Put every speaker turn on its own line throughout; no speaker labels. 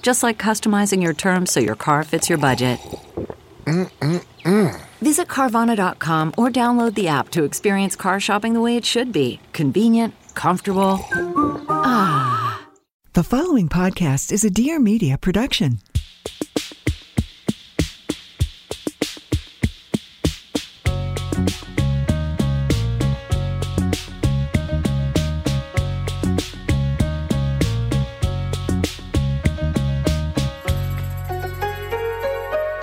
Just like customizing your terms so your car fits your budget. Visit Carvana.com or download the app to experience car shopping the way it should be convenient, comfortable.
The following podcast is a Dear Media production.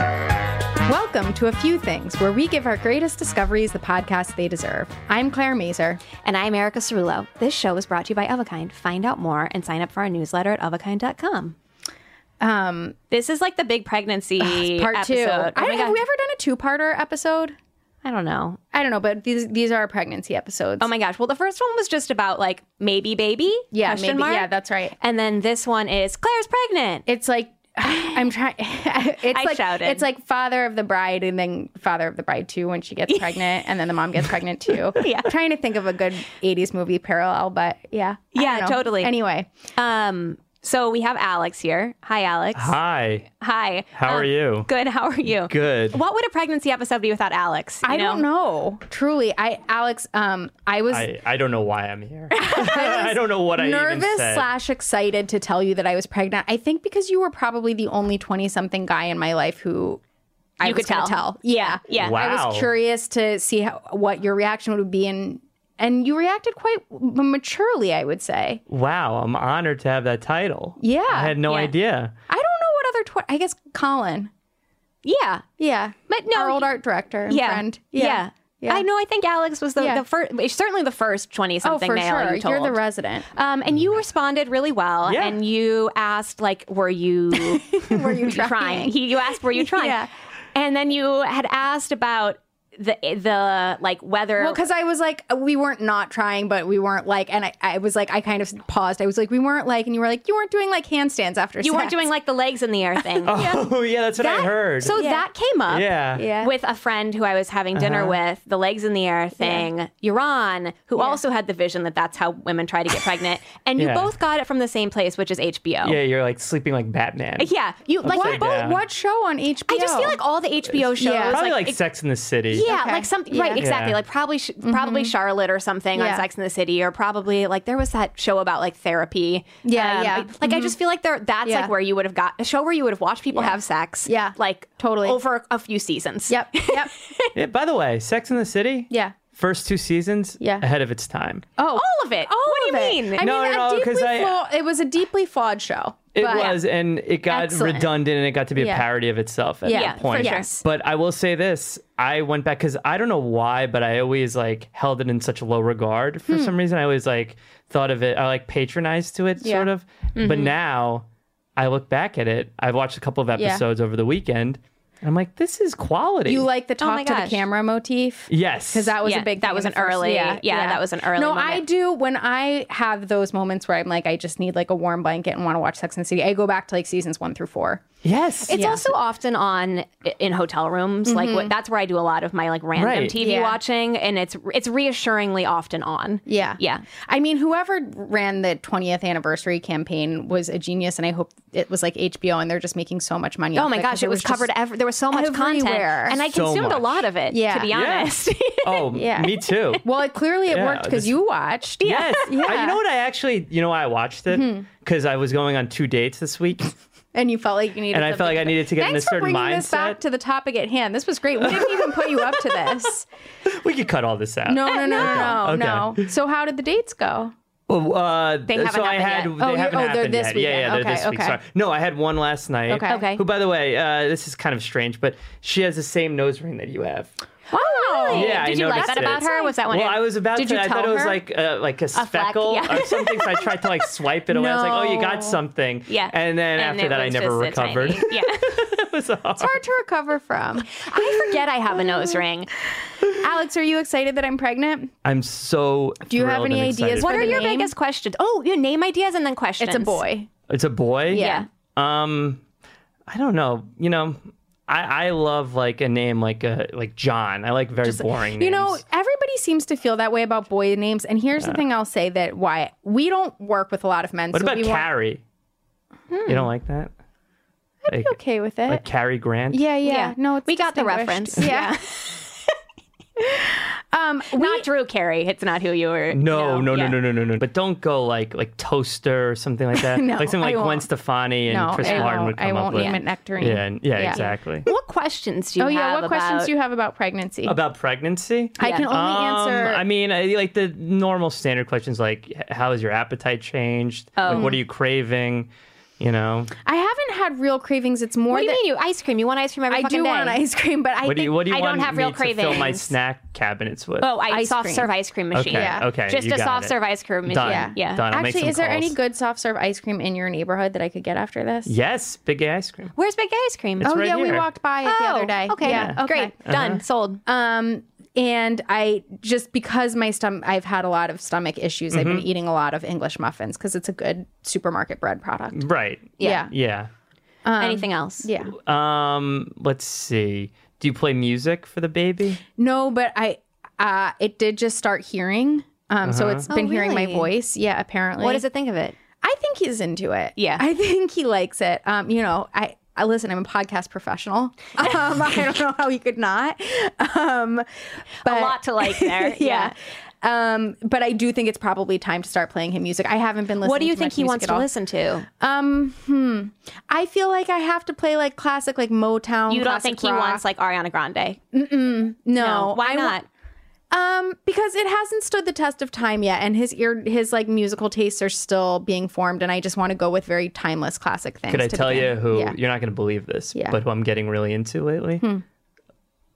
Welcome to A Few Things, where we give our greatest discoveries the podcast they deserve. I'm Claire Mazer.
And I'm Erica Cerullo. This show is brought to you by Ovakind. Find out more and sign up for our newsletter at ovakind.com.
Um,
This is like the big pregnancy
part two.
episode.
I,
Oh my
have
God.
we ever done a two-parter episode?
I don't know.
I don't know, but these these are our pregnancy episodes.
Oh my gosh. Well, the first one was just about like maybe baby.
yeah,
question
maybe-
mark.
yeah, that's right.
And then this one is Claire's pregnant.
It's like I'm trying. it's
I
like
shouted.
it's like father of the bride, and then father of the bride too when she gets pregnant, and then the mom gets pregnant too. yeah, trying to think of a good '80s movie parallel, but yeah, I
Yeah,
don't know.
totally.
Anyway,
Um, so we have Alex here. Hi, Alex.
Hi.
Hi.
How are
Um,
you?
Good. How are you?
Good.
What would a pregnancy episode be without Alex? You
I don't know. Truly, I Alex, um, I was
I, I don't know why I'm here. I don't know what I even
nervous
said.
slash excited to tell you that I was pregnant. I think because you were probably the only twenty something guy in my life who I
You
was
could
gonna
tell.
Yeah,
Yeah.
Wow.
I was curious to see how, what your reaction would be, and and you reacted quite m- maturely, I would say.
wow, I'm honored to have that title.
Yeah.
I had no
Yeah.
idea.
I don't know what other tw- I guess Colin.
Yeah.
Yeah,
But no,
our old art director and friend.
Yeah.
Yeah.
I know. I think Alex was the,
Yeah.
the first, certainly the first 20
Oh,
something
for
male
sure.
you told.
You're the resident.
um, and you responded really well.
Mm. Yeah.
And you asked, like, were you
Were you trying?
trying? He, you asked, were you trying?
Yeah.
And then you had asked about the, eh, the like, whether.
Well, because I was like, uh, we weren't not trying, but we weren't like, and I, I was like, I kind of paused. I was like, we weren't like, and you were like, you weren't doing like handstands after
you weren't
sex.
doing, like, the legs in the air thing.
Oh, yeah, that's what I heard.
So that came up.
yeah.
yeah. Uh-huh.
With a friend who I was having dinner with, the legs in the air thing, Yaron, who also had the vision that that's how women try to get pregnant. And you
Yeah.
both got it from the same place, which is HBO.
Yeah, you're like sleeping like Batman.
Yeah, you like
what,
down.
what, what show on HBO?
I just feel like all the HBO shows,
Yeah.
Probably
like,
like, Sex in the City.
yeah,
Okay.
like something,
Yeah. Mm-hmm.
right? Exactly,
Yeah.
like probably, sh- probably Charlotte or something
Yeah.
on Sex in the City, or probably like there was that show about like therapy.
Yeah, yeah. Mm-hmm.
Like I just feel like there, that's
Yeah.
like where you would have got a show where you would have watched people have sex.
Yeah.
like
Totally.
over a few seasons.
Yep. Yep.
Yeah, by the way, Sex in the City?
Yeah.
First two seasons
Yeah.
ahead of its time.
Oh,
all of it.
all
what
of
do
it.
you mean?
I
No,
mean,
no,
a
'cause
deeply
I- uh,
flawed, it was a deeply flawed show.
It
but-
was, and it got
Excellent.
redundant and it got to be
Yeah.
a parody of itself at
Yeah,
yeah,
that point.
for sure.
Yes.
But I will say this: I went back because I don't know why, but I always like held it in such low regard for
Hmm.
some reason. I always like thought of it, I like patronized to it,
Yeah. Mm-hmm.
sort of. But now I look back at it. I've watched a couple of episodes over the weekend, and I'm like, this is quality.
You like the
Oh
talk
my
to the
gosh.
camera motif?
yes,
because that was
Yeah,
a big
that
thing
was
in
an
the first-
early- yeah, that was an early
no i
moment.
do when i have those moments where i'm like i just need like a warm blanket and want to watch sex and the city i go back to like seasons one through four
yes.
It's also often on i- in hotel rooms. Like what, that's where I do a lot of my like random
Right.
TV
Mm-hmm. Yeah.
watching, and it's it's reassuringly often on.
yeah
yeah.
i mean whoever ran the 20th anniversary campaign was a genius and i hope it was like hbo and they're just making so much money
Oh
off
my
it,
gosh,
'cause
it was,
just-
covered. Ev- there was so much
everywhere.
content, and I
So
consumed a
much.
lot of it.
Yeah.
to be
yes.
honest.
oh,
Yeah.
me too.
well it, clearly it
Yeah,
worked because
this-
you watched
Yes.
yeah Mm-hmm.
I- you know what? I actually, you know, why I watched it because I was going on two dates this week,
And you felt like you needed.
And I felt
something
like I needed to get in
Thanks
a certain
for bringing this back
mindset.
to the topic at hand. This was great. We didn't even put you up to this.
We could cut all this out.
No, no, no, no, no,
Okay.
no. So how did the dates go?
Well, uh, they
haven't
so I
happened
had
yet.
they
Oh, you-
haven't
oh, they're
happened
this
yet. Yeah,
weekend.
yeah, they're
Okay,
this week.
okay.
Sorry. No, I had one last night.
Okay.
Okay.
Who, by the way, uh, this is kind of strange, but she has the same nose ring that you have.
Oh,
Wow.
Yeah,
Did
I
you like
noticed
that
it.
about her? Was that one?
Well, I was about
Did
to.
you
I
tell
thought it was
her?
like uh, like a speckle
yeah.
or something. So I tried to like swipe it away. I was like, oh, you got
No.
something.
Yeah.
And then after
it
that, I
was
never
just a tiny-
recovered.
yeah.
it was awful.
Hard to recover from.
I forget I have a nose ring.
Alex, are you excited that I'm pregnant?
I'm so.
Do you have
thrilled and
any ideas
excited.
for
What
the
are your
name?
biggest questions? Oh, your name ideas and then questions.
It's a boy.
It's a boy.
Yeah.
Um, I don't know. You know, I I love like a name like a like John. I like very boring.
You know,
names.
everybody seems to feel that way about boy names. And here's the thing I'll say that why we don't work with a lot of men.
What
so
about
we won't-
Carrie? You don't like that? Like,
Okay with it.
like Carrie Grant.
yeah, yeah,
Yeah.
No, it's
We got the
distinguished.
reference.
Yeah. um,
Not Drew Carey. It's not who you were.
No, no,
Yeah.
no, no, no, no, no. But don't go like like toaster or something like that.
No,
like something
I
like Gwen
won't.
Stefani and
No,
Chris
I
Martin
won't.
would
I
come up
won't
with.
name it Nectarine.
Yeah, and- yeah,
Yeah.
exactly.
What questions do you
oh
have?
yeah, what questions
about-
do you have about pregnancy?
About pregnancy? Um,
I can only answer.
I mean, I, like the normal standard questions, like h- how has your appetite changed?
Oh.
Like, what are you craving? You know,
I haven't had real cravings. It's more
What do you
that
mean? You ice cream? You want ice cream every
I
fucking
do
day?
want ice cream, but I
what
think
do you what do you
I don't
want
have real
me to fill my
cravings.
snack cabinets with?
Oh, I
Ice
soft
cream.
serve ice cream machine.
okay, okay,
Just
you
a
got
soft
it.
serve ice cream machine.
Done.
Yeah. Yeah.
Done. I'll make
actually,
some
is there any
calls.
good soft serve ice cream in your neighborhood that I could get after this?
Yes, big ice cream.
Where's Big Ice Cream?
It's
Oh
right
yeah, we
here.
walked by it the other day.
Okay. Uh-huh.
Yeah. Oh, Okay.
Great. Done. Sold.
Um, and I just because my stomach, I've had a lot of stomach issues. I've been eating a lot of English muffins because it's a good supermarket bread product.
Right.
Yeah.
Yeah.
Anything else?
Yeah.
Um, let's see. Do you play music for the baby?
No, but I, uh, it did just start hearing. Um, so it's been hearing my
Oh, really?
voice. Yeah, apparently.
What does it think of it?
I think he's into it.
Yeah.
I think he likes it. Um, you know, I, I listen, I'm a podcast professional. Um, I don't know how he could not. Um, but
A lot to like there.
yeah. Um, but I do think it's probably time to start playing him music. I haven't been listening.
What do you
to
think
much
he
music
wants
at
to
all.
listen to?
Um, hmm. I feel like I have to play like classic, like Motown.
You don't
classic
think he
rock.
wants like Ariana Grande?
No,
No. Why
I wa-
not?
Um, because it hasn't stood the test of time yet, and his ear, his like musical tastes are still being formed, and I just want to go with very timeless classic things.
Could I
to
tell you
begin.
who
Yeah.
you're not going to believe this,
Yeah.
but who I'm getting really into lately?
Hmm.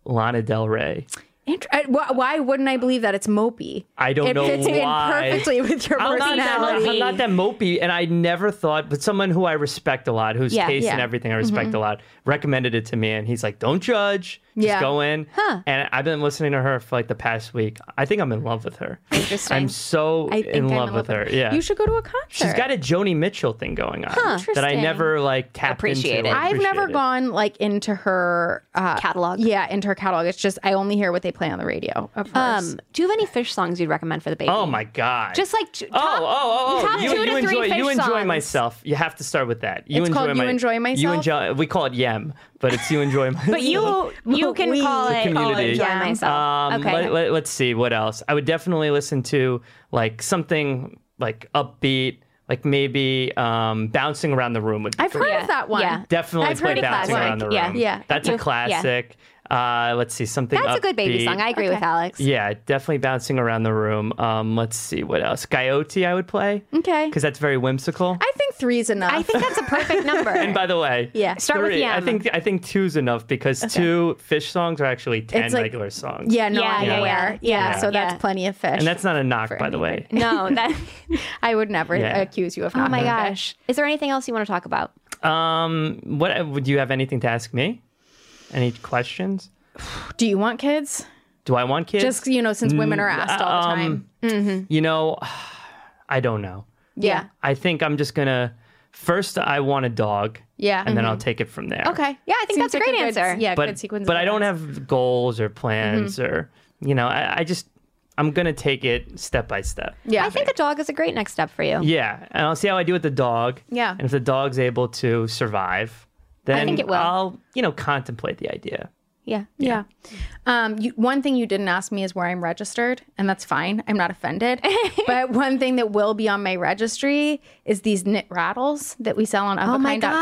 Lana Del Rey.
Int- I- why, uh, why wouldn't I believe that it's mopey?
I don't
it
know
fits
why.
in perfectly with your
I'm not, that,
personality.
I'm not that mopey, and I never thought, but someone who I respect a lot, whose
Yeah.
taste and
Yeah.
everything I respect a lot, recommended it to me, and he's like, "Don't judge, just
Yeah.
go in." And I've been listening to her for like the past week. I think I'm in love with her.
Interesting.
I'm so
I think
in
I'm
love with her. Yeah,
you should go to a concert.
She's got a Joni Mitchell thing going on that I
Interesting.
never like tapped
Appreciated.
into. or
I've never
appreciated.
gone like into her uh,
Catalog.
Yeah, into her catalog. It's just I only hear what they play on the radio. Of hers.
Um, do you have any fish songs you'd recommend for the baby?
Oh my god!
Just like t-
Oh,
top,
oh, oh, oh.
top
you,
two
you
to
enjoy,
three fish
you enjoy
songs.
myself. You have to start with that. You
It's
enjoy
called You Enjoy
You
Myself?
enjoy. We call it yem, but it's you enjoy myself.
But you you can
We-
call
The
it oh,
community.
enjoy
Yeah.
myself.
Um,
okay.
Let, us see what else. I would definitely listen to like something like upbeat, like maybe um, bouncing around the room. Would be
I've
great.
heard
Yeah.
of that one.
Yeah.
definitely
I've
play
heard of
bouncing
classic.
around the room.
Yeah.
Yeah.
that's
You-
a
yeah.
classic. Uh, let's see something.
That's a good baby
upbeat.
song. I agree with Alex.
Yeah, definitely bouncing around the room. Um, let's see what else. Coyote, I would play.
Okay.
because that's very whimsical.
I think three's enough.
I think that's a perfect number.
And by the way,
Yeah.
Start with
three- I
yum.
think I think two's enough because two fish songs are actually ten
It's like-
regular songs.
yeah, no,
Yeah,
I'm
yeah, yeah.
aware.
Yeah,
so that's
yeah.
plenty of fish.
and that's not a knock, by the way.
no, that.
I would never
Yeah.
accuse you of.
Oh
not
my
being fish.
gosh. Is there anything else you want to talk about?
Um, what would you have anything to ask me? Any questions?
Do you want kids?
Do I want kids? Mm, Um,
Just you know, since women are asked all the time. Mm-hmm.
you know, I don't know.
yeah.
I think I'm just gonna first. I want a dog.
Yeah.
and then I'll take it from there.
Mm-hmm. Okay.
Yeah, I think that's a great
good,
answer.
Yeah,
but
good sequence. of
but I don't
events. Mm-hmm.
have goals or plans or you know. I, I just I'm gonna take it step by step.
Yeah.
I think a dog is a great next step for you.
Yeah, and I'll see how I do with the dog.
Yeah.
and if the dog's able to survive, then
think it will.
I'll you know contemplate the idea.
Yeah. Yeah. Um, you, one thing you didn't ask me is where I'm registered, and that's fine. I'm not offended. but one thing that will be on my registry is these knit rattles that we sell on
Oh my
avocine.com.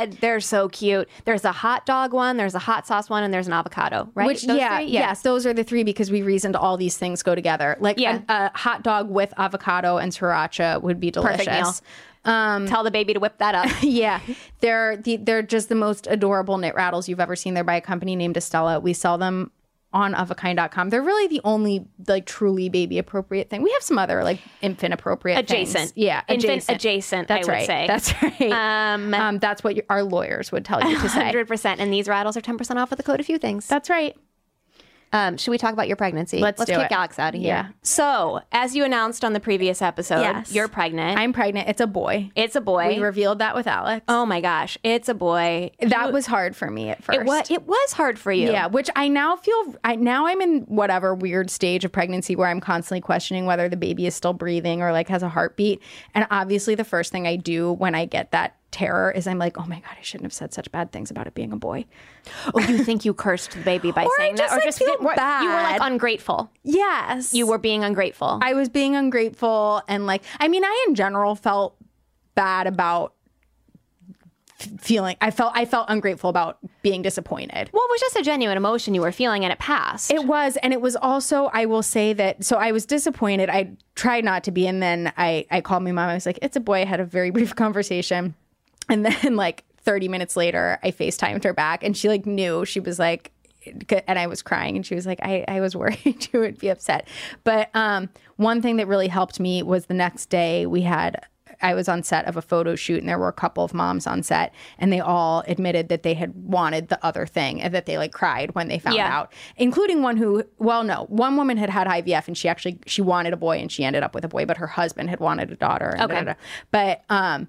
god, they're so cute. There's a hot dog one, there's a hot sauce one, and there's an avocado, right?
Which
Those
yeah,
three?
yes, those are the three because we reasoned all these things go together. Like
Yeah.
a, a hot dog with avocado and sriracha would be delicious.
Perfect meal. Um, Tell the baby to whip that up.
Yeah, they're the, they're just the most adorable knit rattles you've ever seen. They're by a company named Estella. We sell them on ofakind.com. They're really the only like truly baby appropriate thing. We have some other like infant appropriate things.
Adjacent.
Yeah,
Infant adjacent, I
That's
would
right.
say.
That's right. Um, that's what your, our lawyers would tell you to say.
100%. And these rattles are 10% off with a code a few things.
That's right.
Um, should we talk about your pregnancy?
Let's do it.
kick Alex out of here.
Yeah.
So, as you announced on the previous episode,
Yes.
you're pregnant.
I'm pregnant. It's a boy.
it's a boy.
We revealed that with Alex.
oh my gosh, it's a boy.
that was hard for me at first.
It was, it was hard for you.
Yeah, which I now feel I now I'm in whatever weird stage of pregnancy where I'm constantly questioning whether the baby is still breathing or like has a heartbeat. And obviously the first thing I do when I get that terror is I'm like, "Oh my god, I shouldn't have said such bad things about it being a boy."
Oh, you think you cursed the baby by
Or I
saying
just,
that?
like, feel
didn't- You were like
bad.
ungrateful.
Yes.
You were being ungrateful.
I was being ungrateful and like I mean, I in general felt bad about f- feeling I felt I felt ungrateful about being disappointed.
well, it was just a genuine emotion you were feeling and it passed.
It was, and it was also. I will say that. So I was disappointed. I tried not to be, and then I I called my mom. I was like, "It's a boy." I had a very brief conversation, and then like thirty minutes later, I Facetimed her back, and she like knew she was like. And I was crying, and she was like, "I, I was worried you would be upset." But um, one thing that really helped me was the next day we had I was on set of a photo shoot and there were a couple of moms on set and they all admitted that they had wanted the other thing and that they like cried when they found
Yeah.
out, including one who, well, no, one woman had had IVF and she actually, she wanted a boy and she ended up with a boy, but her husband had wanted a daughter. And
Okay.
da-da-da. But, um,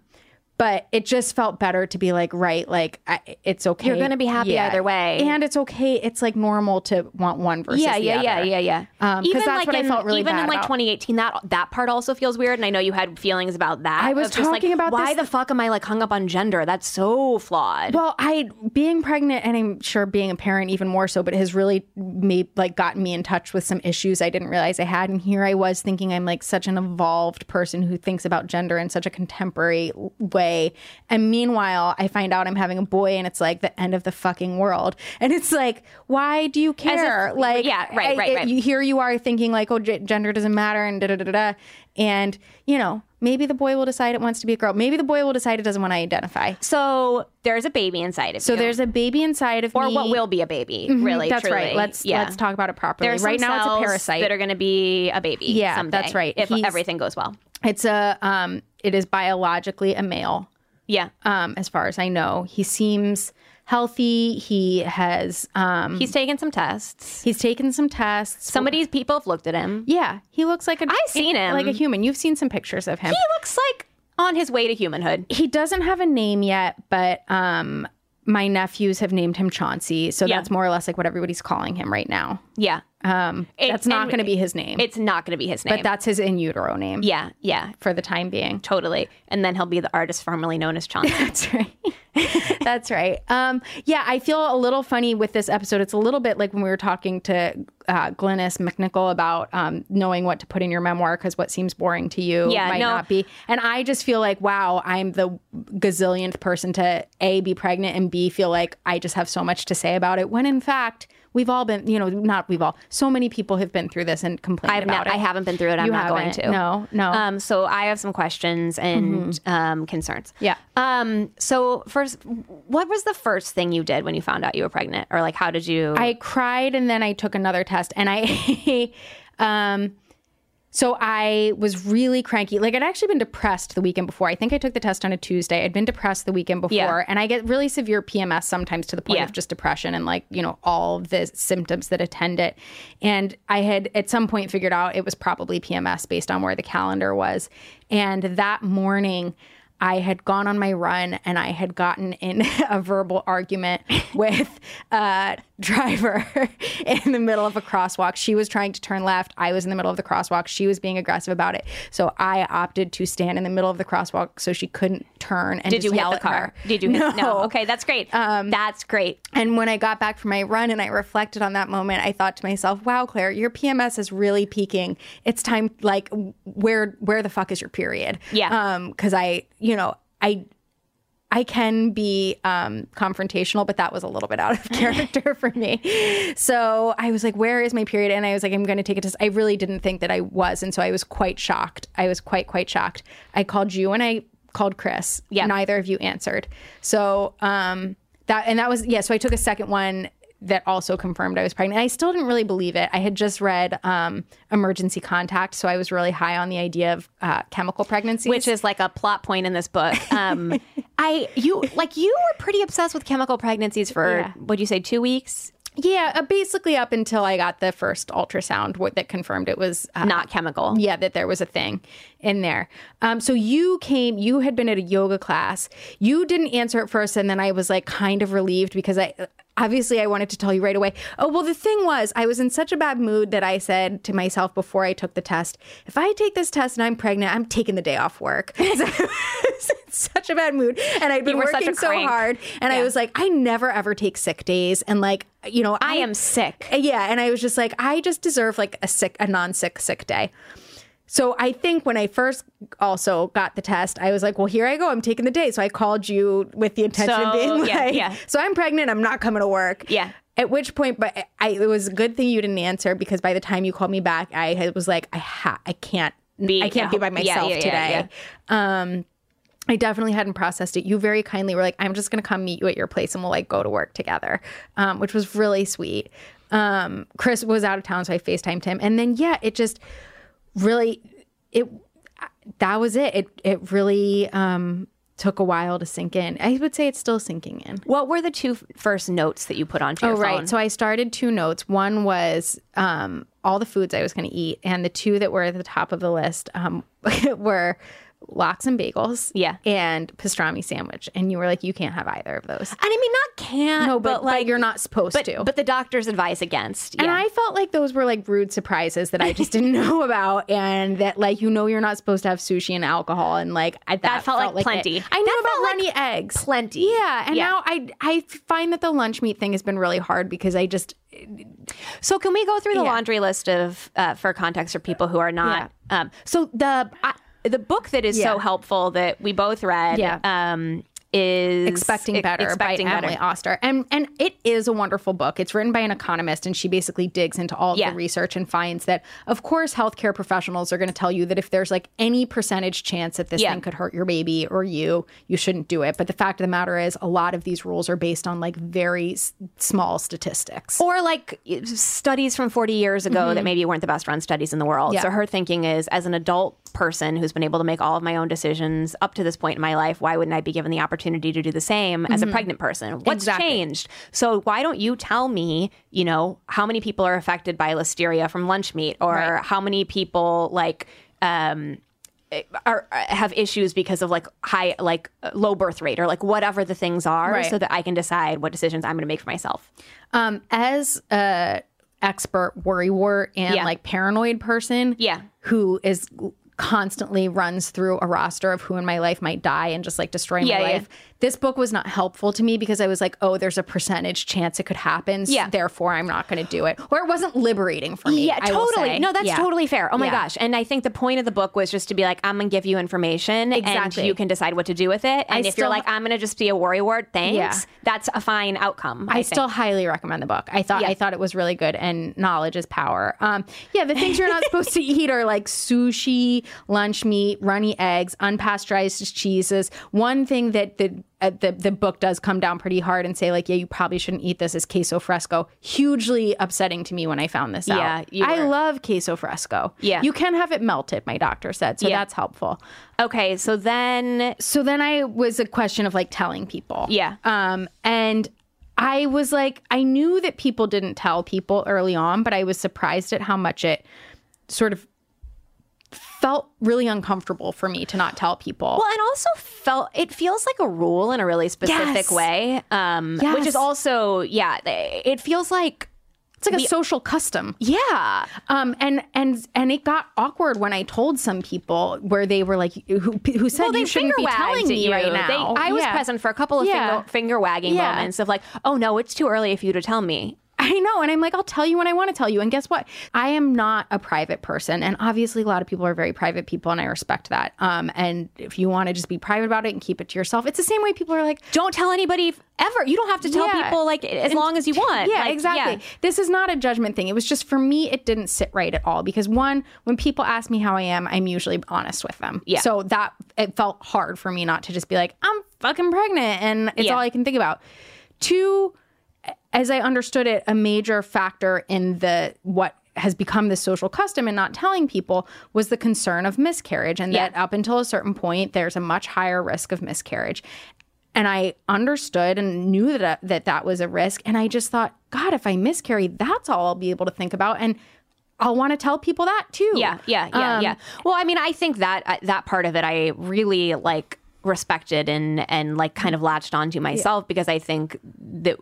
but it just felt better to be like, right, like I, it's okay.
You're gonna be happy either way.
and it's okay. It's like normal to want one versus
yeah,
the
yeah, yeah,
other.
yeah, yeah,
Um, 'cause
even
that's
like
what I
in,
felt really
even
bad
in like
about.
2018, that that part also feels weird, and I know you had feelings about that.
I was
of just, like,
talking about
why
this-
the fuck am I like hung up on gender? That's so flawed.
Well, I being pregnant and I'm sure being a parent even more so, but it has really made like gotten me in touch with some issues I didn't realize I had. And here I was thinking I'm like such an evolved person who thinks about gender in such a contemporary way. And meanwhile, I find out I'm having a boy and it's like the end of the fucking world. And it's like, why do you care? like,
yeah,
I-
right, right,
I-
right.
you- here you are thinking like, oh, g- gender doesn't matter, and da da da da, and you know. Maybe the boy will decide it wants to be a girl. Maybe the boy will decide it doesn't want to identify.
so there's a baby inside of
So
you.
there's a baby inside of
or
me. Mm-hmm. Mm,
what will be a baby? Really,
That's
truly.
right. Let's
yeah.
let's talk about it properly.
There's
right
some
now it's a
cells
parasite.
that are going to be a baby.
Yeah,
someday,
that's right.
If
He's-
everything goes well.
it's a um it is biologically a male.
Yeah,
Um as far as I know, he seems healthy. He has um
he's taken some tests.
he's taken some tests.
Some of these people have looked at him.
Yeah, he looks like a
I've seen him.
like a human. You've seen some pictures of him.
He looks like on his way to humanhood.
he doesn't have a name yet, but um my nephews have named him Chauncey, so
Yeah.
that's more or less like what everybody's calling him right now.
Yeah,
Um
It-
that's not
and
going to be his name.
it's not going to be his name.
but that's his in utero name.
yeah, yeah,
for the time being.
totally. And then he'll be the artist formerly known as Chauncey.
That's right. That's right. Um, yeah, I feel a little funny with this episode. It's a little bit like when we were talking to uh, Glynis McNichol about um, knowing what to put in your memoir because what seems boring to you
Yeah,
might
no.
not be. And I just feel like, wow, I'm the gazillionth person to A, be pregnant, and B, feel like I just have so much to say about it. When in fact, we've all been, you know, not we've all, so many people have been through this and complained
I've
about
not,
it.
I haven't been through it. I'm
You
not going
haven't.
to.
No, no.
Um, so I have some questions and um, concerns.
Yeah.
Um, so first, what was the first thing you did when you found out you were pregnant, or like how did you?
I cried and then I took another test and I um so I was really cranky. Like I'd actually been depressed the weekend before. I think I took the test on a Tuesday. I'd been depressed the weekend before
Yeah.
and I get really severe PMS sometimes to the point
Yeah.
of just depression and like, you know, all of the symptoms that attend it. And I had at some point figured out it was probably PMS based on where the calendar was. And that morning I had gone on my run and I had gotten in a verbal argument with uh, driver in the middle of a crosswalk. She was trying to turn left. I was in the middle of the crosswalk. She was being aggressive about it. So I opted to stand in the middle of the crosswalk so she couldn't turn and
Did
just
you hit
yell
the
at her. Um,
car? Did you hit no. Okay, that's great. that's great.
And when I got back from my run and I reflected on that moment, I thought to myself, "Wow, Claire, your PMS is really peaking. It's time like where where the fuck is your period?"
Yeah.
Um cuz I, you know, I I can be um, confrontational, but that was a little bit out of character for me. So I was like, "Where is my period?" And I was like, "I'm going to take a test." I really didn't think that I was, and so I was quite shocked. I was quite quite shocked. I called you and I called Chris.
Yeah.
neither of you answered. So um, that and that was yeah. So I took a second one that also confirmed I was pregnant. I still didn't really believe it. I had just read um, Emergency Contact, so I was really high on the idea of uh, chemical pregnancies.
which is like a plot point in this book. Um, I you like you were pretty obsessed with chemical pregnancies for
Yeah.
what'd you say two weeks?
Yeah, uh, basically up until I got the first ultrasound what, that confirmed it was uh,
Not chemical.
yeah that there was a thing in there. Um, so you came, you had been at a yoga class. You didn't answer at first, and then I was like kind of relieved because I obviously I wanted to tell you right away. Oh well, the thing was I was in such a bad mood that I said to myself before I took the test, if I take this test and I'm pregnant, I'm taking the day off work. 'Cause I was in such a bad mood, and I'd been
were such a
working so
crank.
hard, and I was like, I never ever take sick days, and like you know
I am sick.
Uh, yeah, and I was just like, I just deserve like a sick, a non-sick sick day. So I think when I first also got the test, I was like, well, here I go, I'm taking the day. So I called you with the intention of
So,
being
yeah,
like,
yeah.
so I'm pregnant, I'm not coming to work.
Yeah.
At which point, but I, it was a good thing you didn't answer because by the time you called me back, I had- was like, I ha, I can't,
Be-
I can't be by
yeah,
myself
yeah, yeah,
today. Um, I definitely hadn't processed it. You very kindly were like, I'm just going to come meet you at your place and we'll like go to work together, um, which was really sweet. Um, Chris was out of town, so I FaceTimed him. And then, yeah, it just really, it, that was it. It, it really, um, took a while to sink in. I would say it's still sinking in.
What were the two f- first notes that you put onto your
Oh,
phone?
right. So I started two notes. One was um, all the foods I was going to eat, and the two that were at the top of the list um, were lox and bagels,
Yeah.
and pastrami sandwich. And you were like, you can't have either of those.
and I mean, not can't.
No, but, like
Uh, like
you're not supposed
But,
to.
but the doctor's advice against. Yeah.
and I felt like those were like rude surprises that I just didn't know about, and that like you know you're not supposed to have sushi and alcohol, and like I, that,
felt like
it.
plenty.
I knew
That
about
felt like
runny eggs,
plenty.
Yeah, and
Yeah.
now I I find that the lunch meat thing has been really hard because I just
So can we go through the
Yeah.
laundry list of uh, for context for people who are not? Um, so the I, the book that is so
Yeah.
helpful that we both read.
Yeah.
Um, is
Expecting
Ex-
Better
Expecting
by
Better.
Emily Oster. And and it is a wonderful book. It's written by an economist and she basically digs into all of
Yeah.
the research and finds that of course healthcare professionals are going to tell you that if there's like any percentage chance that this
Yeah.
thing could hurt your baby or you, you shouldn't do it. But the fact of the matter is a lot of these rules are based on like very s- small statistics.
or like studies from 40 years ago that maybe weren't the best run studies in the world.
Mm-hmm. Yeah.
So her thinking is as an adult person who's been able to make all of my own decisions up to this point in my life, why wouldn't I be given the opportunity to do the same as a pregnant person? What's
Mm-hmm. Exactly.
changed? So why don't you tell me, you know, how many people are affected by listeria from lunch meat or how many people like um are eh, have issues because of like high like low birth rate or like whatever the things are
Right.
so that I can decide what decisions I'm going to make for myself.
Um as a expert worrywart and
Yeah.
like paranoid person,
Yeah.
who is constantly runs through a roster of who in my life might die and just like destroy my
Yeah, yeah.
life. This book was not helpful to me because I was like, oh, there's a percentage chance it could happen. so
Yeah.
Therefore, I'm not going to do it. Or it wasn't liberating for me.
Yeah,
I will
totally.
say.
No, that's
Yeah.
totally fair. Oh my
Yeah.
gosh. And I think the point of the book was just to be like, I'm gonna give you information
Exactly.
and you can decide what to do with it. And if
still-
you're like, I'm gonna just be a worrywart, thanks.
Yeah.
That's a fine outcome.
I,
I,
still highly recommend the book. I thought
Yeah.
I thought it was really good, and knowledge is power. Um, yeah, the things you're not supposed to eat are like sushi, lunch meat, runny eggs, unpasteurized cheeses. One thing that the uh, the, the book does come down pretty hard and say like, yeah, you probably shouldn't eat this. Is queso fresco hugely upsetting to me when I found this
Yeah,
out?
you
I
were-
love queso fresco.
Yeah.
you can have it melted. My doctor said so.
Yeah.
That's helpful.
think. Okay, so then
So then I was a question of like telling people.
Yeah.
Um, and I was like, I knew that people didn't tell people early on, but I was surprised at how much it sort of felt really uncomfortable for me to not tell people.
Well, and also felt it feels like a rule in a really specific
Yes.
way, um, which
Yes.
is also yeah, it feels like
it's like a social custom.
yeah,
Um, and and and it got awkward when I told some people where they were like, who, who said
well, they
you shouldn't be
finger wagged
telling
at
me
you.
right
They-
now.
I was
Yeah.
present for a couple of
Yeah.
finger, finger wagging
Yeah.
moments of like, oh no, it's too early for you to tell me.
I know. And I'm like, I'll tell you when I want to tell you. And guess what? I am not a private person. And obviously, a lot of people are very private people, and I respect that. Um, and if you want to just be private about it and keep it to yourself, it's the same way people are like,
Don't tell anybody f- ever. You don't have to tell
Yeah.
people like as
And-
long as you want.
Yeah,
Like,
exactly. This is not a judgment thing. It was just for me, it didn't sit right at all because one, when people ask me how I am, I'm usually honest with them.
Yeah.
So that it felt hard for me not to just be like, I'm fucking pregnant and it's
Yeah.
all I can think about. Two, as I understood it, a major factor in the what has become the social custom and not telling people was the concern of miscarriage and that up until a certain point there's a much higher risk of miscarriage and I understood and knew that uh, that that was a risk and I just thought god if I miscarry that's all I'll be able to think about and I'll want to tell people that too
Yeah, yeah, yeah,
Um,
yeah. Well, I mean, I think that uh, that part of it, I really like respected and and like kind of latched onto myself because I think that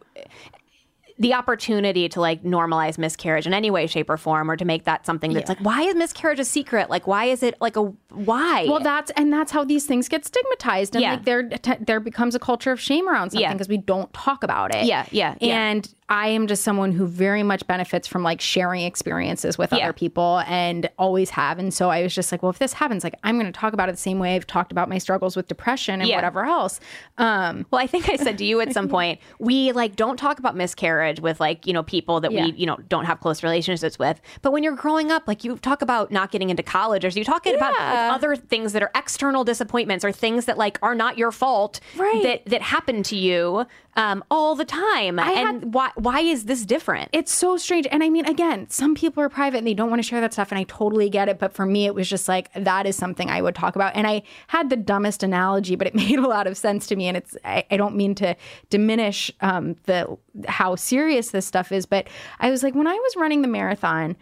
the opportunity to like normalize miscarriage in any way shape or form or to make that something that's like why is miscarriage a secret like why is it like a why
Well, that's and that's how these things get stigmatized, and
Yeah.
like there there becomes a culture of shame around something
Yeah.
because we don't talk about it.
Yeah, yeah, yeah.
And I am just someone who very much benefits from like sharing experiences with
Yeah.
other people, and always have. And so I was just like, well, if this happens, like I'm going to talk about it the same way I've talked about my struggles with depression and
Yeah.
whatever else. Um,
Well, I think I said to you at some point, we like don't talk about miscarriage with like, you know, people that
Yeah.
we, you know, don't have close relationships with. But when you're growing up, like you talk about not getting into college or you talk about like, other things that are external disappointments or things that like are not your fault
Right.
that that happen to you um all the time. and why why is this different?
it's so strange. And I mean, again, some people are private and they don't want to share that stuff. And I totally get it. But for me, it was just like, that is something I would talk about. And I had the dumbest analogy, but it made a lot of sense to me. And it's, I, I don't mean to diminish um, the how serious this stuff is, but I was like, when I was running the marathon,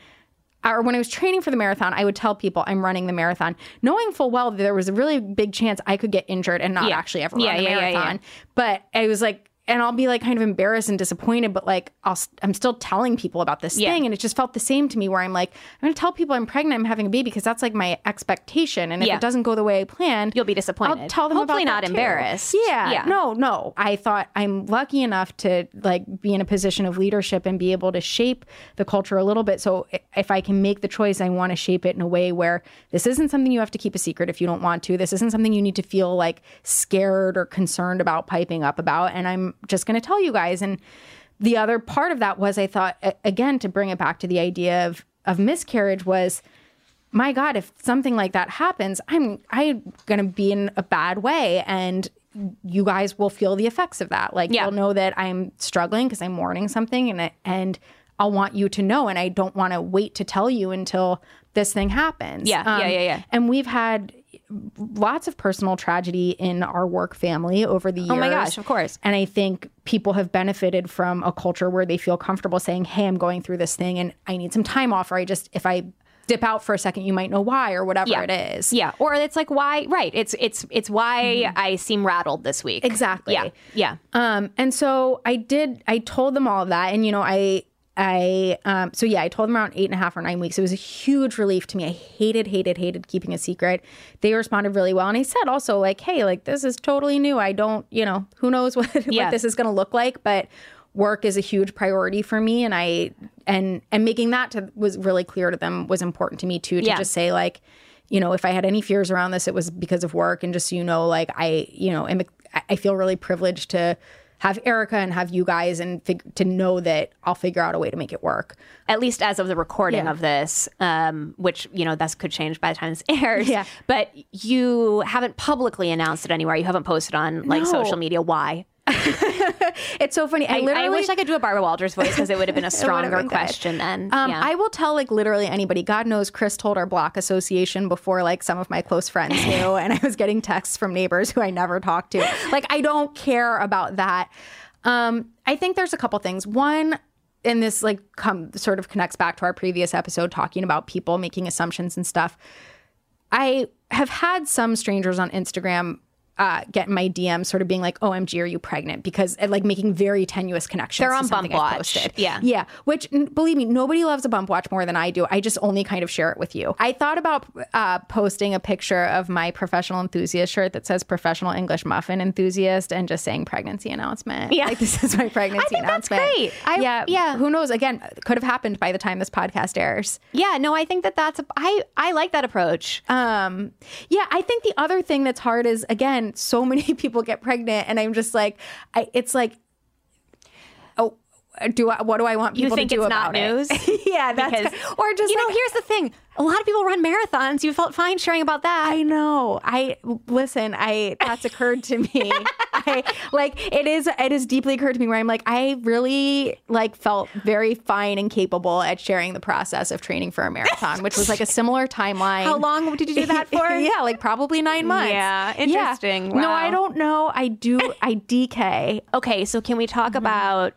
or when I was training for the marathon, I would tell people I'm running the marathon, knowing full well that there was a really big chance I could get injured and not
Yeah.
actually ever
Yeah,
run the
yeah, yeah, yeah.
marathon. But I was like, and I'll be like kind of embarrassed and disappointed, but like I'll, s- I'm still telling people about this
Yeah.
thing, and it just felt the same to me. Where I'm like, I'm gonna tell people I'm pregnant, I'm having a baby because that's like my expectation, and if
Yeah.
it doesn't go the way I planned,
You'll be disappointed.
I'll tell them
Hopefully
about
not
that too.
embarrassed.
Yeah,
Yeah.
no, no. I thought I'm lucky enough to like be in a position of leadership and be able to shape the culture a little bit. So i- if I can make the choice, I want to shape it in a way where this isn't something you have to keep a secret if you don't want to. This isn't something you need to feel like scared or concerned about piping up about. And I'm just going to tell you guys. And the other part of that was I thought a- again to bring it back to the idea of of miscarriage was my god if something like that happens i'm i'm gonna be in a bad way and you guys will feel the effects of that like
Yeah.
you'll know that i'm struggling because i'm mourning something and I, and i'll want you to know and i don't want to wait to tell you until this thing happens Um,
Yeah, yeah, yeah, yeah.
and we've had lots of personal tragedy in our work family over the years
Oh my gosh, of course.
and I think people have benefited from a culture where they feel comfortable saying, Hey, I'm going through this thing and I need some time off, or I just, if I dip out for a second, you might know why, or whatever
Yeah.
it is.
Yeah, or it's like why? Right, it's it's it's why I seem rattled this week.
Mm-hmm. Exactly.
Yeah, yeah.
Um, and so I did, I told them all of that. And, you know, I, I, um, so yeah, I told them around eight and a half or nine weeks. It was a huge relief to me. I hated, hated, hated keeping a secret. They responded really well. And I said also, like, hey, like, this is totally new. I don't, you know, who knows what,
Yeah.
what this is going to look like, but work is a huge priority for me. And I, and, and making that to, was really clear to them was important to me too, to
Yeah.
just say, like, you know, if I had any fears around this, it was because of work. And just so you know, like I, you know, am, I- I feel really privileged to have Erica and have you guys and fig- to know that I'll figure out a way to make it work.
at least as of the recording
Yeah.
of this, um, which you know this could change by the time this airs.
Yeah.
But you haven't publicly announced it anywhere. You haven't posted on like
No.
social media. Why?
It's so funny. I,
I,
literally
I wish I could do a Barbara Walters voice because it would have been a stronger
been good.
question then.
Um,
yeah.
I will tell like literally anybody. God knows Chris told our block association before like some of my close friends knew, and I was getting texts from neighbors who I never talked to. Like I don't care about that. Um, I think there's a couple things. One, and this like come sort of connects back to our previous episode talking about people making assumptions and stuff. I have had some strangers on Instagram uh, get in my DM, sort of being like, "OMG, are you pregnant?" Because and, like making very tenuous connections.
They're
to
on
something
Bump
I
Watch.
posted.
Yeah.
yeah. Which n- believe me, nobody loves a bump watch more than I do. I just only kind of share it with you. I thought about uh, posting a picture of my professional enthusiast shirt that says "Professional English Muffin Enthusiast" and just saying "Pregnancy announcement."
Yeah.
like, this is my pregnancy
I think that's
announcement.
great. I-
yeah,
yeah.
Who knows? Again, it could have happened by the time this podcast airs.
Yeah, no, I think that that's a, I I like that approach.
Um, yeah, I think the other thing that's hard is again, so many people get pregnant, and I'm just like, I it's like, oh, do I? What do I want
you
people
think
to do
it's
about
not
it?
news?
yeah, that's
because
or just
you know.
like-
Here's the thing: a lot of people run marathons. You felt fine sharing about that.
I know. I listen. I that's occurred to me. I like it is. It is deeply occurred to me where I'm like, I really like felt very fine and capable at sharing the process of training for a marathon, which was like a similar timeline.
How long did you do that for?
yeah, like probably nine months.
Yeah, interesting.
No,
Wow.
I don't know. I do. I DK.
okay, so can we
Mm-hmm.
talk about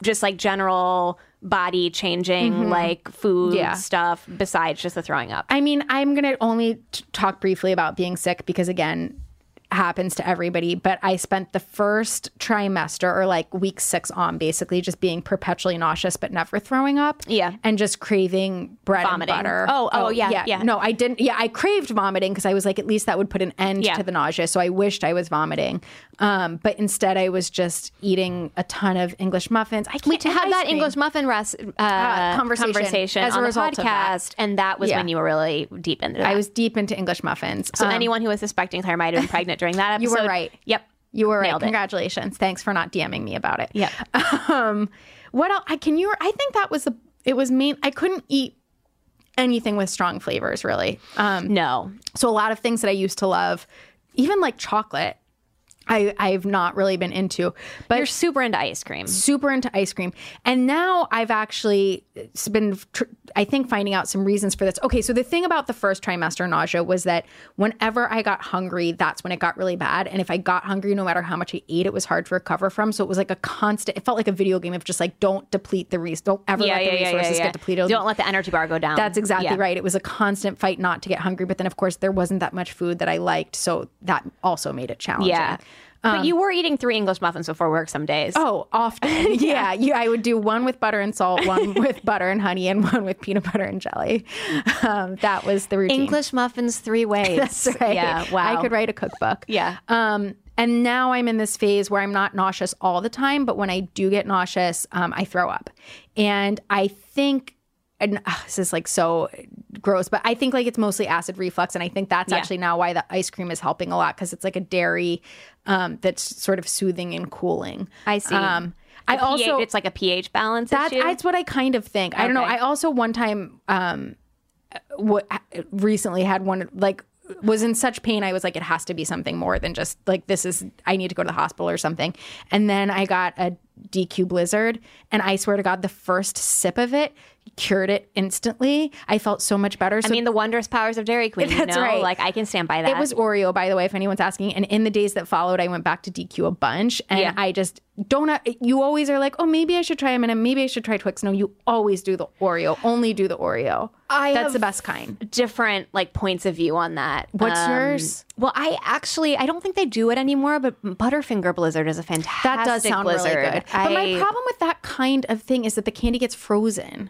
just like general body changing, like food
Mm-hmm. Yeah.
stuff besides just the throwing up?
I mean, I'm going to only t- talk briefly about being sick because, again, happens to everybody. But I spent the first trimester or like week six on basically just being perpetually nauseous, but never throwing up.
Yeah.
And just craving bread
Vomiting.
and butter.
Oh, oh, yeah, yeah.
No, I didn't. Yeah, I craved vomiting because I was like, at least that would put an end
Yeah.
to the nausea. So I wished I was vomiting. Um, but instead, I was just eating a ton of English muffins. I can't
we t- had
ice
that
cream.
English muffin rest, uh,
conversation. As a
on the
result of that.
podcast, and that was
Yeah.
when you were really deep into that.
I was deep into English muffins.
so anyone who was suspecting Claire might have been pregnant during that
You
episode.
were right.
Yep.
You were right.
Nailed it.
Congratulations. Thanks for not DMing me about it.
Yep.
Um, what else? I can you? I think that was the. It was main. I couldn't eat anything with strong flavors really. Um,
No.
so a lot of things that I used to love, even like chocolate, I I've not really been into. But
You're super into ice cream.
super into ice cream. And now I've actually s- been, tr- I think, finding out some reasons for this. Okay, so the thing about the first trimester nausea was that whenever I got hungry, that's when it got really bad. And if I got hungry, no matter how much I ate, it was hard to recover from. So it was like a constant, it felt like a video game of just like, don't deplete the resource, don't ever let the resources get depleted.
Don't let the energy bar go down.
That's exactly
Yeah.
right. It was a constant fight not to get hungry. But then, of course, there wasn't that much food that I liked. So that also made it challenging.
Yeah. but you were eating three English muffins before work some days.
Um, Oh, often. yeah. You, I would do one with butter and salt, one with butter and honey, and one with peanut butter and jelly. Um, that was the routine.
English muffins three ways.
That's right.
Yeah. Wow.
I could write a cookbook.
Yeah.
Um, and now I'm in this phase where I'm not nauseous all the time, but when I do get nauseous, um, I throw up. And I think, and ugh, this is like so gross, but I think like it's mostly acid reflux. And I think that's
Yeah.
actually now why the ice cream is helping a lot because it's like a dairy um, that's sort of soothing and cooling.
I see.
Um,
The
I also
pH, it's like a pH balance
that,
issue.
That's what I kind of think. I don't know.
Okay.
I also one time, um, what recently had one like was in such pain. I was like, it has to be something more than just like this is. I need to go to the hospital or something. And then I got a DQ Blizzard, and I swear to God, the first sip of it cured it instantly. I felt so much better.
I
So
mean, the wondrous powers of Dairy Queen.
That's
you know?
right.
Like I can stand by that.
it was Oreo, by the way, if anyone's asking. And in the days that followed, I went back to DQ a bunch. And
Yeah.
I just don't, uh, you always are like, oh, maybe I should try M&M. Maybe I should try Twix. No, you always do the Oreo. Only do the Oreo.
I
That's
have- um,
the best kind.
different like points of view on that.
What's yours?
Well, I actually I don't think they do it anymore, but Butterfinger Blizzard is a fantastic
That does sound
blizzard.
really good.
I,
But my problem with that kind of thing is that the candy gets frozen.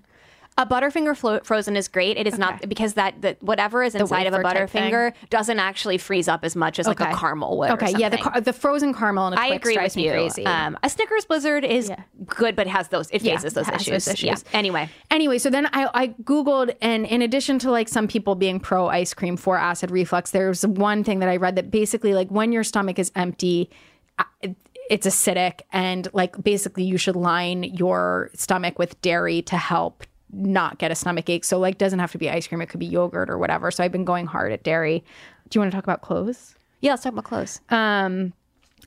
a Butterfinger flo- frozen is great. It is not because that, that whatever is inside of a
wafer type thing.
Butterfinger doesn't actually freeze up as much as like a
Okay.
caramel would. or
Okay, yeah, the,
something.
car- the frozen caramel in a
I
Twix
agree
drives
with you.
me crazy.
Um, a Snickers Blizzard is good, but has those it
Yeah,
faces those,
has
issues.
those
Yeah.
issues.
Anyway,
Anyway, so then I, I Googled, and in addition to like some people being pro ice cream for acid reflux, there's one thing that I read that basically, like, when your stomach is empty, uh, it- it's acidic, and like basically, you should line your stomach with dairy to help not get a stomach ache. So, like, doesn't have to be ice cream, it could be yogurt or whatever. So, I've been going hard at dairy. Do you want to talk about clothes?
yeah, let's talk about clothes.
Um,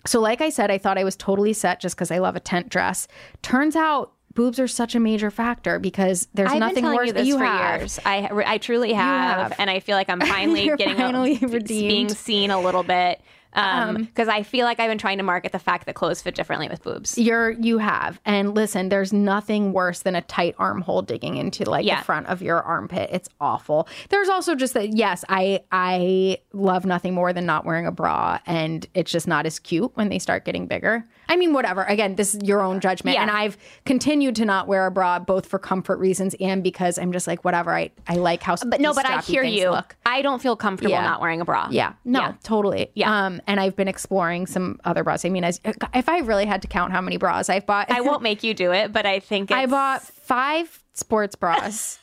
so, like I said, I thought I was totally set just because I love a tent dress. Turns out boobs are such a major factor because there's
I've been
nothing
telling
worse
you
that
this
you
for
have.
years. I I truly have,
have.
and I feel like I'm finally
You're
getting
finally
a, being
redeemed.
seen a little bit. Um, because I feel like I've been trying to market the fact that clothes fit differently with boobs.
You're you have. And listen, there's nothing worse than a tight armhole digging into like
Yeah.
the front of your armpit. It's awful. There's also just that yes, I I love nothing more than not wearing a bra and it's just not as cute when they start getting bigger. I mean, whatever. Again, this is your own judgment.
Yeah.
And I've continued to not wear a bra both for comfort reasons and because I'm just like whatever. I I like how
But no, but I
strappy
hear
things
you.
Look.
I don't feel comfortable
Yeah.
not wearing a bra.
Yeah. No, totally. Yeah. Um, and I've been exploring some other bras. I mean, as, if I really had to count how many bras I've bought,
I won't make you do it, but I think it's,
I bought five sports bras.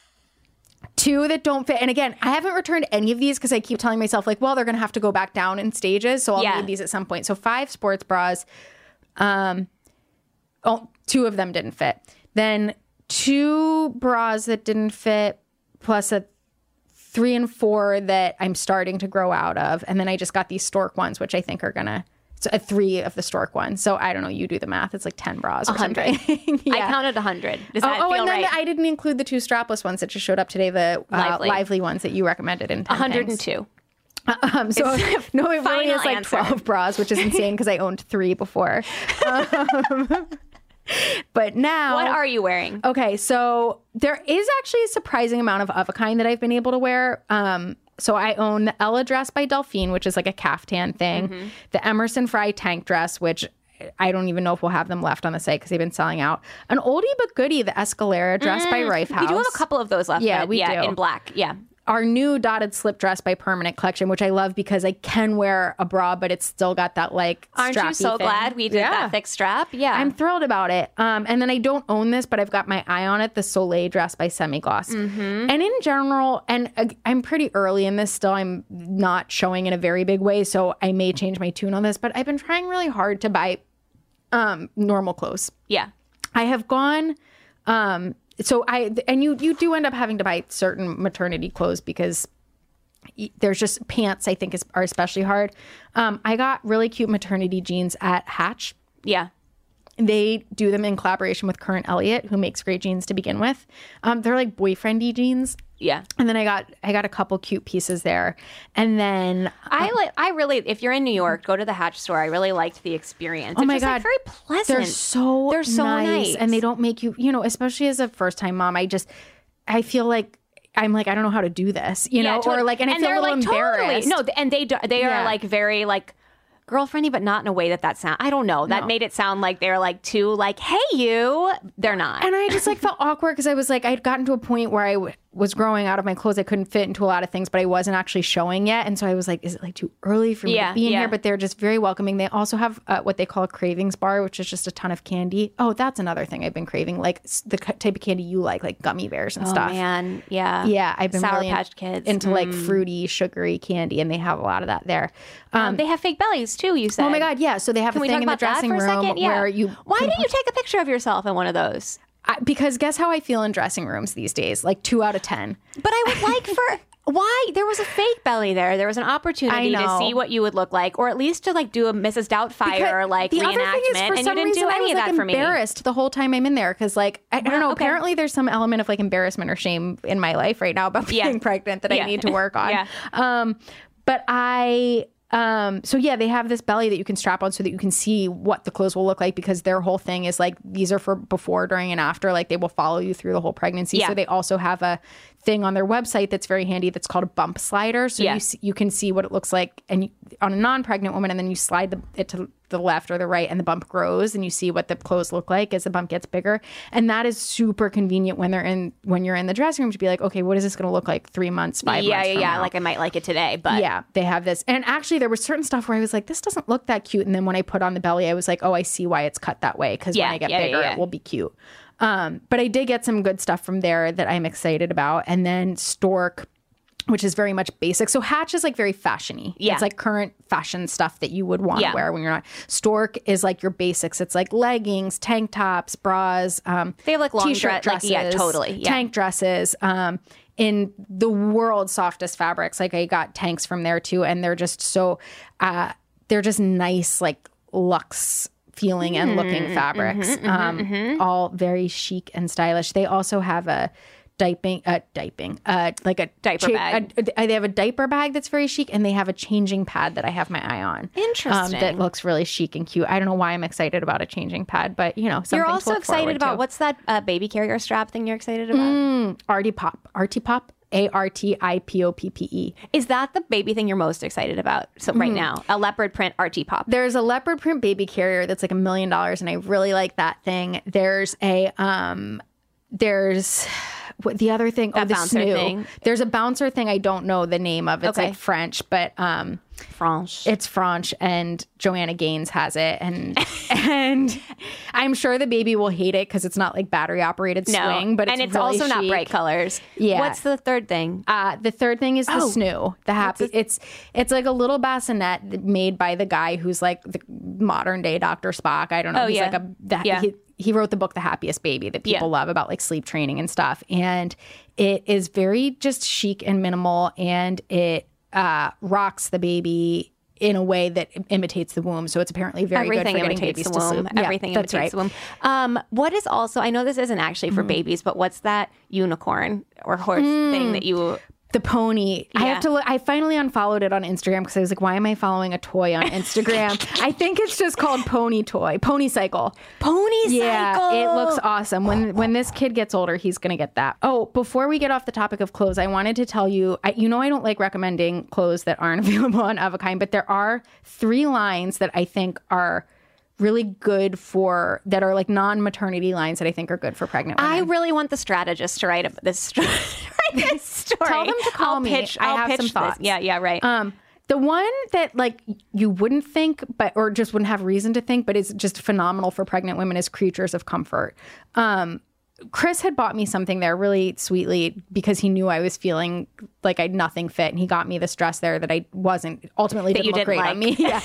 Two that don't fit. And again, I haven't returned any of these because I keep telling myself, like, well, they're going to have to go back down in stages. So I'll
Yeah.
need these at some point. So five sports bras. Um, oh, two of them didn't fit. Then two bras that didn't fit, plus a three and four that I'm starting to grow out of. And then I just got these stork ones, which I think are going to. So uh, three of the stork ones. So I don't know. You do the math. It's like 10 bras or
100.
something.
I counted a hundred. Does that
Oh, oh,
feel
and then
right?
I didn't include the two strapless ones that just showed up today, the uh, lively.
Lively.
ones that you recommended in 10 things.
102.
Um, so no, it really
Final
is like
answer.
12 bras, which is insane because I owned three before. Um, but now,
What are you wearing?
okay, so there is actually a surprising amount of of a kind that I've been able to wear. Um, so I own the Ella dress by Delphine, which is like a caftan thing,
Mm-hmm.
the Emerson Fry tank dress, which I don't even know if we'll have them left on the site because they've been selling out. An oldie but goodie, the Escalera dress by Rife House.
Mm, We do have a couple of those left.
Yeah,
but
we
yeah,
do.
in black. Yeah.
our new dotted slip dress by Permanent Collection, which I love because I can wear a bra, but it's still got that like.
Aren't you
strappy
so
thing.
glad we did that thick strap? Yeah.
I'm thrilled about it. Um, and then I don't own this, but I've got my eye on it. The Soleil dress by Semigloss. And in general, and uh, I'm pretty early in this still. I'm not showing in a very big way, so I may change my tune on this. But I've been trying really hard to buy um, normal clothes.
yeah.
I have gone. Um, so I and you you do end up having to buy certain maternity clothes because y- there's just pants I think is are especially hard. Um, I got really cute maternity jeans at Hatch.
Yeah.
They do them in collaboration with Current Elliott, who makes great jeans to begin with. Um, they're like boyfriendy jeans.
Yeah.
And then I got I got a couple cute pieces there, and then
I like. I really. If you're in New York, go to the Hatch store. I really liked the experience.
Oh
It's
my
just,
god,
Like very pleasant.
They're so
They're so nice,
and they don't make you. You know, especially as a first time mom, I just I feel like I'm like I don't know how to do this. You
Yeah,
know,
totally.
or like, and I feel a
they're,
little
like,
embarrassed.
Totally. No, and they do, they
Yeah.
are like very like girlfriendy, but not in a way that that sound. I don't know. That made it sound like they're like too like hey you. They're not.
and I just like felt awkward because I was like I had gotten to a point where I w- was growing out of my clothes. I couldn't fit into a lot of things, but I wasn't actually showing yet, and so I was like, is it like too early for me
Yeah,
to be in
yeah.
here? But they're just very welcoming. They also have uh, what they call a cravings bar, which is just a ton of candy. Oh, that's another thing I've been craving, like s- the c- type of candy you like, like gummy bears and
oh
stuff.
man, yeah,
Yeah, I've been
Sour
really in-
Patch Kids. Mm.
into like fruity, sugary candy, and they have a lot of that there. Um,
Um, they have fake bellies too. You said.
oh my god, yeah! So they have
Can
a
we
thing
talk
in the
about that
dressing
for a
room
second? Yeah.
where you.
Why
can-
didn't you take a picture of yourself in one of those?
I- because guess how I feel in dressing rooms these days? Like two out of ten.
But I would like for why there was a fake belly there. There was an opportunity
I
to
know.
see what you would look like, or at least to like do a Mrs. Doubtfire like
the
reenactment,
other thing is, for
and you
some
didn't
reason,
do
I
any
was,
of
like,
that for me.
Embarrassed the whole time I'm in there because, like, I, I don't know.
okay.
Apparently, there's some element of like embarrassment or shame in my life right now about
Yeah.
being pregnant that I
Yeah.
need to work on.
Yeah.
Um, but I. Um, so yeah, they have this belly that you can strap on so that you can see what the clothes will look like because their whole thing is like these are for before, during, and after. Like they will follow you through the whole pregnancy.
Yeah.
So they also have a thing on their website that's very handy that's called a bump slider. So
Yeah.
you see, you can see what it looks like and you, on a non-pregnant woman, and then you slide the, it to the left or the right, and the bump grows, and you see what the clothes look like as the bump gets bigger. And that is super convenient when they're in when you're in the dressing room to be like, okay, what is this going to look like three months, five
yeah,
months?
yeah,
from
yeah.
now?
Like I might like it today, but
yeah, they have this. And actually, there was certain stuff where I was like, this doesn't look that cute. And then when I put on the belly, I was like, oh, I see why it's cut that way because
Yeah,
when I get
yeah, yeah,
bigger,
yeah.
it will be cute. Um, but I did get some good stuff from there that I'm excited about. And then Stork, which is very much basic. So Hatch is like very fashiony.
Yeah.
It's like current fashion stuff that you would want to
Yeah.
wear when you're not. Stork is like your basics. It's like leggings, tank tops, bras. Um,
They have, like, long
t-shirt
dre- like,
dresses.
yeah, totally. Yeah.
Tank dresses. Um, in the world's softest fabrics. Like I got tanks from there too, and they're just so, uh, they're just nice, like luxe feeling
Mm-hmm.
and looking fabrics. um, All very chic and stylish. They also have a diping, uh, diping, uh, like a
Diaper bag.
a- a- they have a diaper bag that's very chic, and they have a changing pad that I have my eye on.
Interesting.
that looks really chic and cute. I don't know why I'm excited about a changing pad, but you know,
You're
something to
also
look forward
excited about
to.
what's that uh, baby carrier strap thing you're excited about?
Artie Pop, Artie Pop, A R T I P O P P E.
Is that the baby thing you're most excited about so,
Mm-hmm.
right now? A leopard print RT pop.
There's a leopard print baby carrier that's like a million dollars, and I really like that thing. There's a um, there's what the other thing? oh,
That
the
bouncer
snoo.
thing.
There's a bouncer thing. I don't know the name of. It's
Okay.
like French, but um,
Franche.
it's French, and Joanna Gaines has it, and and I'm sure the baby will hate it because it's not like battery operated
no.
swing, but it's
and it's
really
also not
chic.
bright colors.
Yeah.
What's the third thing?
Uh, the third thing is the
Oh,
snoo, the happy. it's it's like a little bassinet that- made by the guy who's like the modern day Doctor Spock. I don't know.
Oh,
he's
yeah.
like a the,
Yeah.
he, he wrote the book The Happiest Baby that people
Yeah.
love about like sleep training and stuff. And it is very just chic and minimal, and it uh, rocks the baby. In a way that imitates the womb, so it's apparently very
Everything
good for getting
imitates
babies
the
to
womb.
sleep. Yeah,
Everything
that's
imitates
right. Mm-hmm.
the womb. Um, what is also, I know this isn't actually for babies, but what's that unicorn or horse
Mm.
thing that you.
the pony. I
Yeah.
have to look. I finally unfollowed it on Instagram because I was like, why am I following a toy on Instagram? I think it's just called Pony Toy, Pony Cycle.
Pony
Yeah,
cycle.
it looks awesome. When when this kid gets older, he's gonna get that. Oh, before we get off the topic of clothes, I wanted to tell you. I, you know, I don't like recommending clothes that aren't available on Avakine, but there are three lines that I think are really good for that are like non maternity lines that I think are good for pregnant women.
I really want the strategist to write ab- this, st- write this story.
Tell them to call
I'll
me.
Pitch,
I
I'll
have
pitch
some
this.
thoughts.
Yeah, yeah, right.
Um, the one that like you wouldn't think, but or just wouldn't have reason to think, but is just phenomenal for pregnant women is creatures of comfort. Um, Chris had bought me something there really sweetly because he knew I was feeling like I had nothing fit, and he got me this dress there that I wasn't ultimately
That
didn't
you
look
didn't
great
like.
on me. Yeah.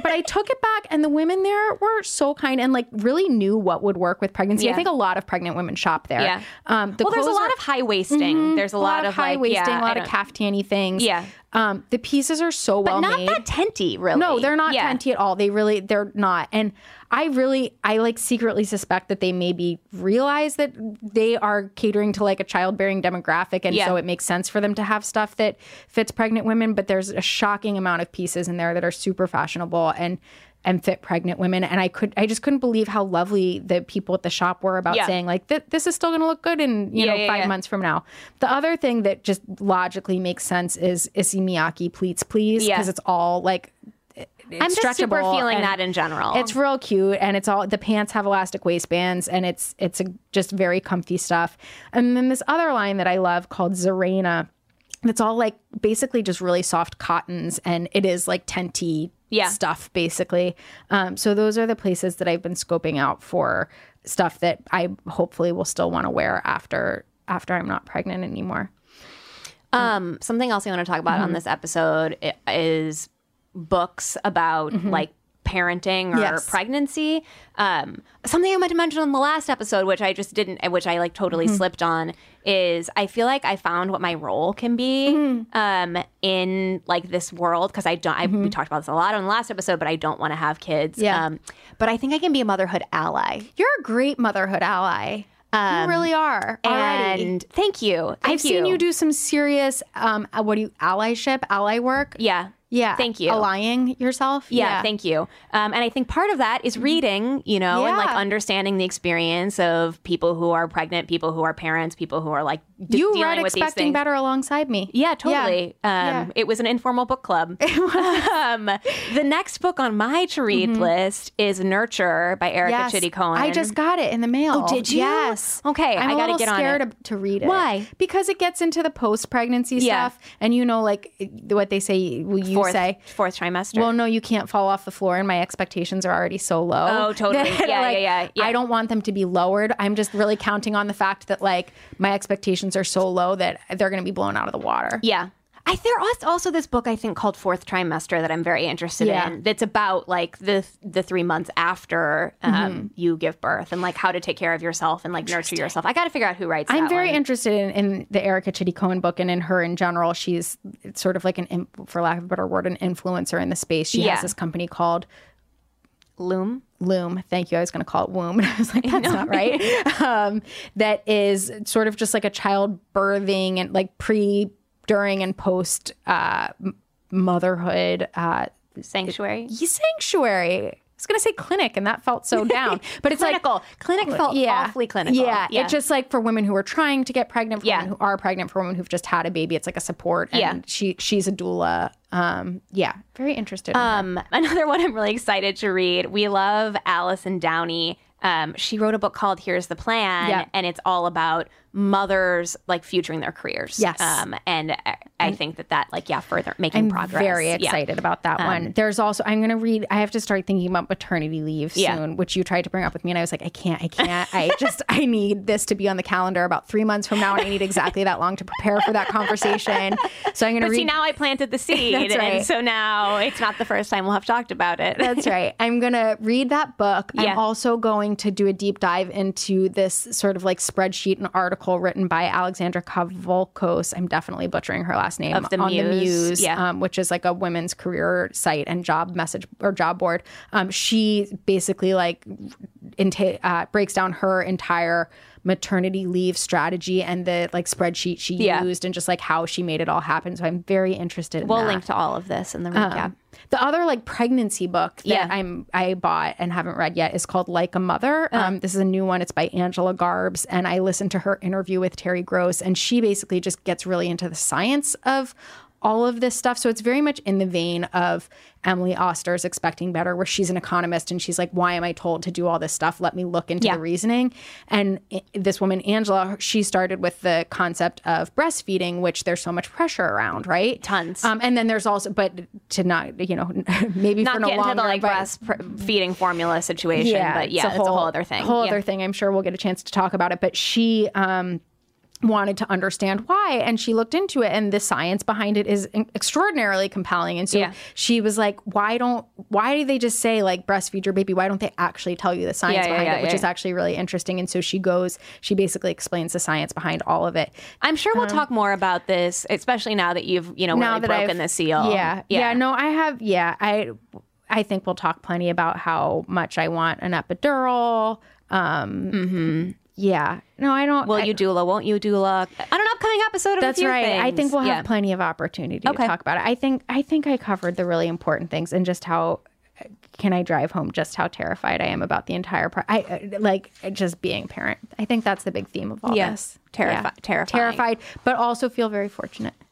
But I took it back, and the women there were so kind and like really knew what would work with pregnancy. I
Yeah.
think a lot of pregnant women shop there.
Yeah.
Um, the
well, there's a
clothes
lot
are-
of high waisting. There's a, lot, of
high
like,
waisting,
yeah,
a lot
I
of
don't-
caftan-y things.
Yeah.
Um, the pieces are so
but
well
not
made.
that tenty, really.
no, they're not
yeah.
tenty at all. They really, they're not. And I really, I like secretly suspect that they maybe realize that they are catering to like a childbearing demographic, and
Yeah.
so it makes sense for them to have stuff that fits pregnant women. But there's a shocking amount of pieces in there that are super fashionable and and fit pregnant women. And I could, I just couldn't believe how lovely the people at the shop were about
Yeah.
saying like, "Th- this is still going to look good in you
Yeah,
know
yeah,
five
yeah.
months from now. The other thing that just logically makes sense is Issey Miyake pleats please
Yeah.
because it's all like
I'm just super
stretchable
feeling
and
that in general.
It's real cute, and it's all the pants have elastic waistbands, and it's it's a, just very comfy stuff. And then this other line that I love called Zarena, that's all like basically just really soft cottons, and it is like tenty
Yeah.
stuff basically. Um, so those are the places that I've been scoping out for stuff that I hopefully will still want to wear after after I'm not pregnant anymore.
Um, something else I want to talk about
Mm-hmm.
on this episode i- is books about like parenting or
Mm-hmm. Yes.
pregnancy. Um, something I meant to mention on the last episode, which I just didn't, which I like totally
Mm-hmm.
slipped on, is I feel like I found what my role can be
Mm-hmm.
um, in like this world because I don't. I, we talked about this a lot on the last episode, but I don't want to have kids.
Yeah.
Um, but I think I can be a motherhood ally.
You're a great motherhood ally. Um, you really are. already.
And thank you. Thank
I've seen you do some serious um uh, what do you allyship, ally work.
Yeah.
Yeah.
Thank you.
Allying yourself.
Yeah, thank you. Um, and I think part of that is reading, you know, and like
Mm-hmm. Yeah.
understanding the experience of people who are pregnant, people who are parents, people who are like d-
you
dealing
read
with these
Expecting
things.
Better alongside me.
Yeah, totally.
Yeah.
Um, It was an informal book club. um, the next book on my to read list is Nurture by Erica
Mm-hmm. Yes.
Chitty Cohen.
I just got it in the mail.
Oh, did you?
Yes.
Okay,
I'm
I
a
gotta
little
get on
scared
it.
of- to read it.
Why?
Because it gets into the post-pregnancy
Yeah.
stuff, and you know, like what they say. Will you
fourth,
say?
fourth trimester.
Well, no, you can't fall off the floor, and my expectations are already so low.
Oh, totally.
that,
Yeah,
like,
yeah, yeah, yeah.
I don't want them to be lowered. I'm just really counting on the fact that like my expectations are so low that they're going to be blown out of the water.
Yeah. I there was also this book I think called Fourth Trimester that I'm very interested
Yeah.
in. That's about like the the three months after um,
Mm-hmm.
you give birth and like how to take care of yourself and like nurture yourself. I got to figure out who writes.
I'm
that
very
one.
interested in, in the Erica Chitty Cohen book and in her in general. She's sort of like an, in- for lack of a better word, an influencer in the space. She
Yeah.
has this company called
Loom.
loom. Thank you. I was going to call it womb. I was like, that's not right. Um, that is sort of just like a child birthing and like pre, during, and post uh, m- motherhood uh,
Sanctuary.
sanctuary. I was going to say clinic, and that felt so down. But it's like
clinical. clinic felt awfully clinical.
Yeah, It's just like for women who are trying to get pregnant, for
Yeah.
women who are pregnant, for women who've just had a baby. It's like a support. And
Yeah.
she she's a doula. Um, yeah, very interested. in that.
Um, another one I'm really excited to read. We love Alison Downey. Um, she wrote a book called Here's the Plan,
Yeah.
and it's all about mothers like futuring their careers.
Yes.
Um, and I, I think that that like yeah, further making
I'm
progress.
very
Yeah. Um,
excited about that one. There's also I'm going to read. I have to start thinking about maternity leave soon,
Yeah.
which you tried to bring up with me, and I was like, I can't, I can't. I just I need this to be on the calendar about three months from now, and I need exactly that long to prepare for that conversation. So I'm going to
But see,
read.
now I planted the seed,
That's right.
and so now it's not the first time we'll have talked about it.
That's right. I'm going to read that book.
Yeah.
I'm also going to do a deep dive into this sort of like spreadsheet and article written by Alexandra Kavolkos. I'm definitely butchering her last name
Of the
on the
Muse,
Muse,
yeah.
um, which is like a women's career site and job message or job board. Um, she basically like into, uh, breaks down her entire maternity leave strategy and the like spreadsheet she
Yeah.
used and just like how she made it all happen. So I'm very interested. in
We'll
that.
link to all of this in the recap.
The other like pregnancy book that
Yeah.
I'm I bought and haven't read yet is called Like a Mother.
Uh-huh.
Um, this is a new one. It's by Angela Garbs, and I listened to her interview with Terry Gross, and she basically just gets really into the science of all of this stuff. So it's very much in the vein of Emily Oster's Expecting Better, where she's an economist and she's like, "Why am I told to do all this stuff? Let me look into
Yeah.
the reasoning." And i- this woman Angela, she started with the concept of breastfeeding, which there's so much pressure around, right?
Tons.
Um, and then there's also, but to not, you know, maybe for
Not
no
get
longer,
into the like
but-
breast pr- feeding formula situation, but yeah, it's a whole, other thing.
Whole
Yeah.
other thing. I'm sure we'll get a chance to talk about it. But she um, wanted to understand why, and she looked into it, and the science behind it is in- extraordinarily compelling. And so
Yeah.
she was like, "Why don't? Why do they just say like breastfeed your baby? Why don't they actually tell you the science
Yeah, yeah,
behind
yeah,
it, which
yeah,
is actually really interesting?" And so she goes, she basically explains the science behind all of it.
I'm sure we'll talk more about this, especially now that you've you know really broken
um, I've-
the seal.
Yeah, yeah. no, I have. Yeah, I I think we'll talk plenty about how much I want an epidural. Um, Yeah. No, I don't.
Will
I-
Mm-hmm. you doula? Won't you doula? On an upcoming episode of
That's
a few
right. I
Things.
think we'll have
Yeah.
plenty of opportunity
Okay.
to talk about it. I think I think I covered the really important things and just how can I drive home just how terrified I am about the entire pro- I uh, like just being a parent. I think that's the big theme of all
Yes.
this.
Terrifi- terrifying.
Terrified, but also feel very fortunate.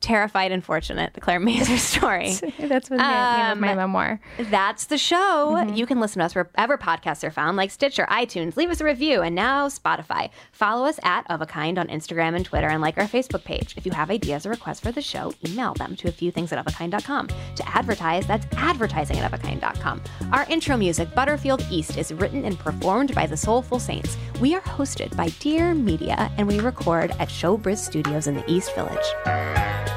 terrified and fortunate. The Claire Mazer story.
That's what the name of my
Um,
memoir.
That's the show. You can listen to us wherever podcasts are found, like Stitcher, iTunes. Leave us a review, and now Spotify. Follow us at Of a Kind on Instagram and Twitter, and like our Facebook page. If you have ideas or requests for the show, email them to a few things at ofakind.com. To advertise, that's advertising at ofakind.com. Our intro music, Butterfield East, is written and performed by the Soulful Saints. We are hosted by Dear Media, and we record at Showbiz Studios in the East Village.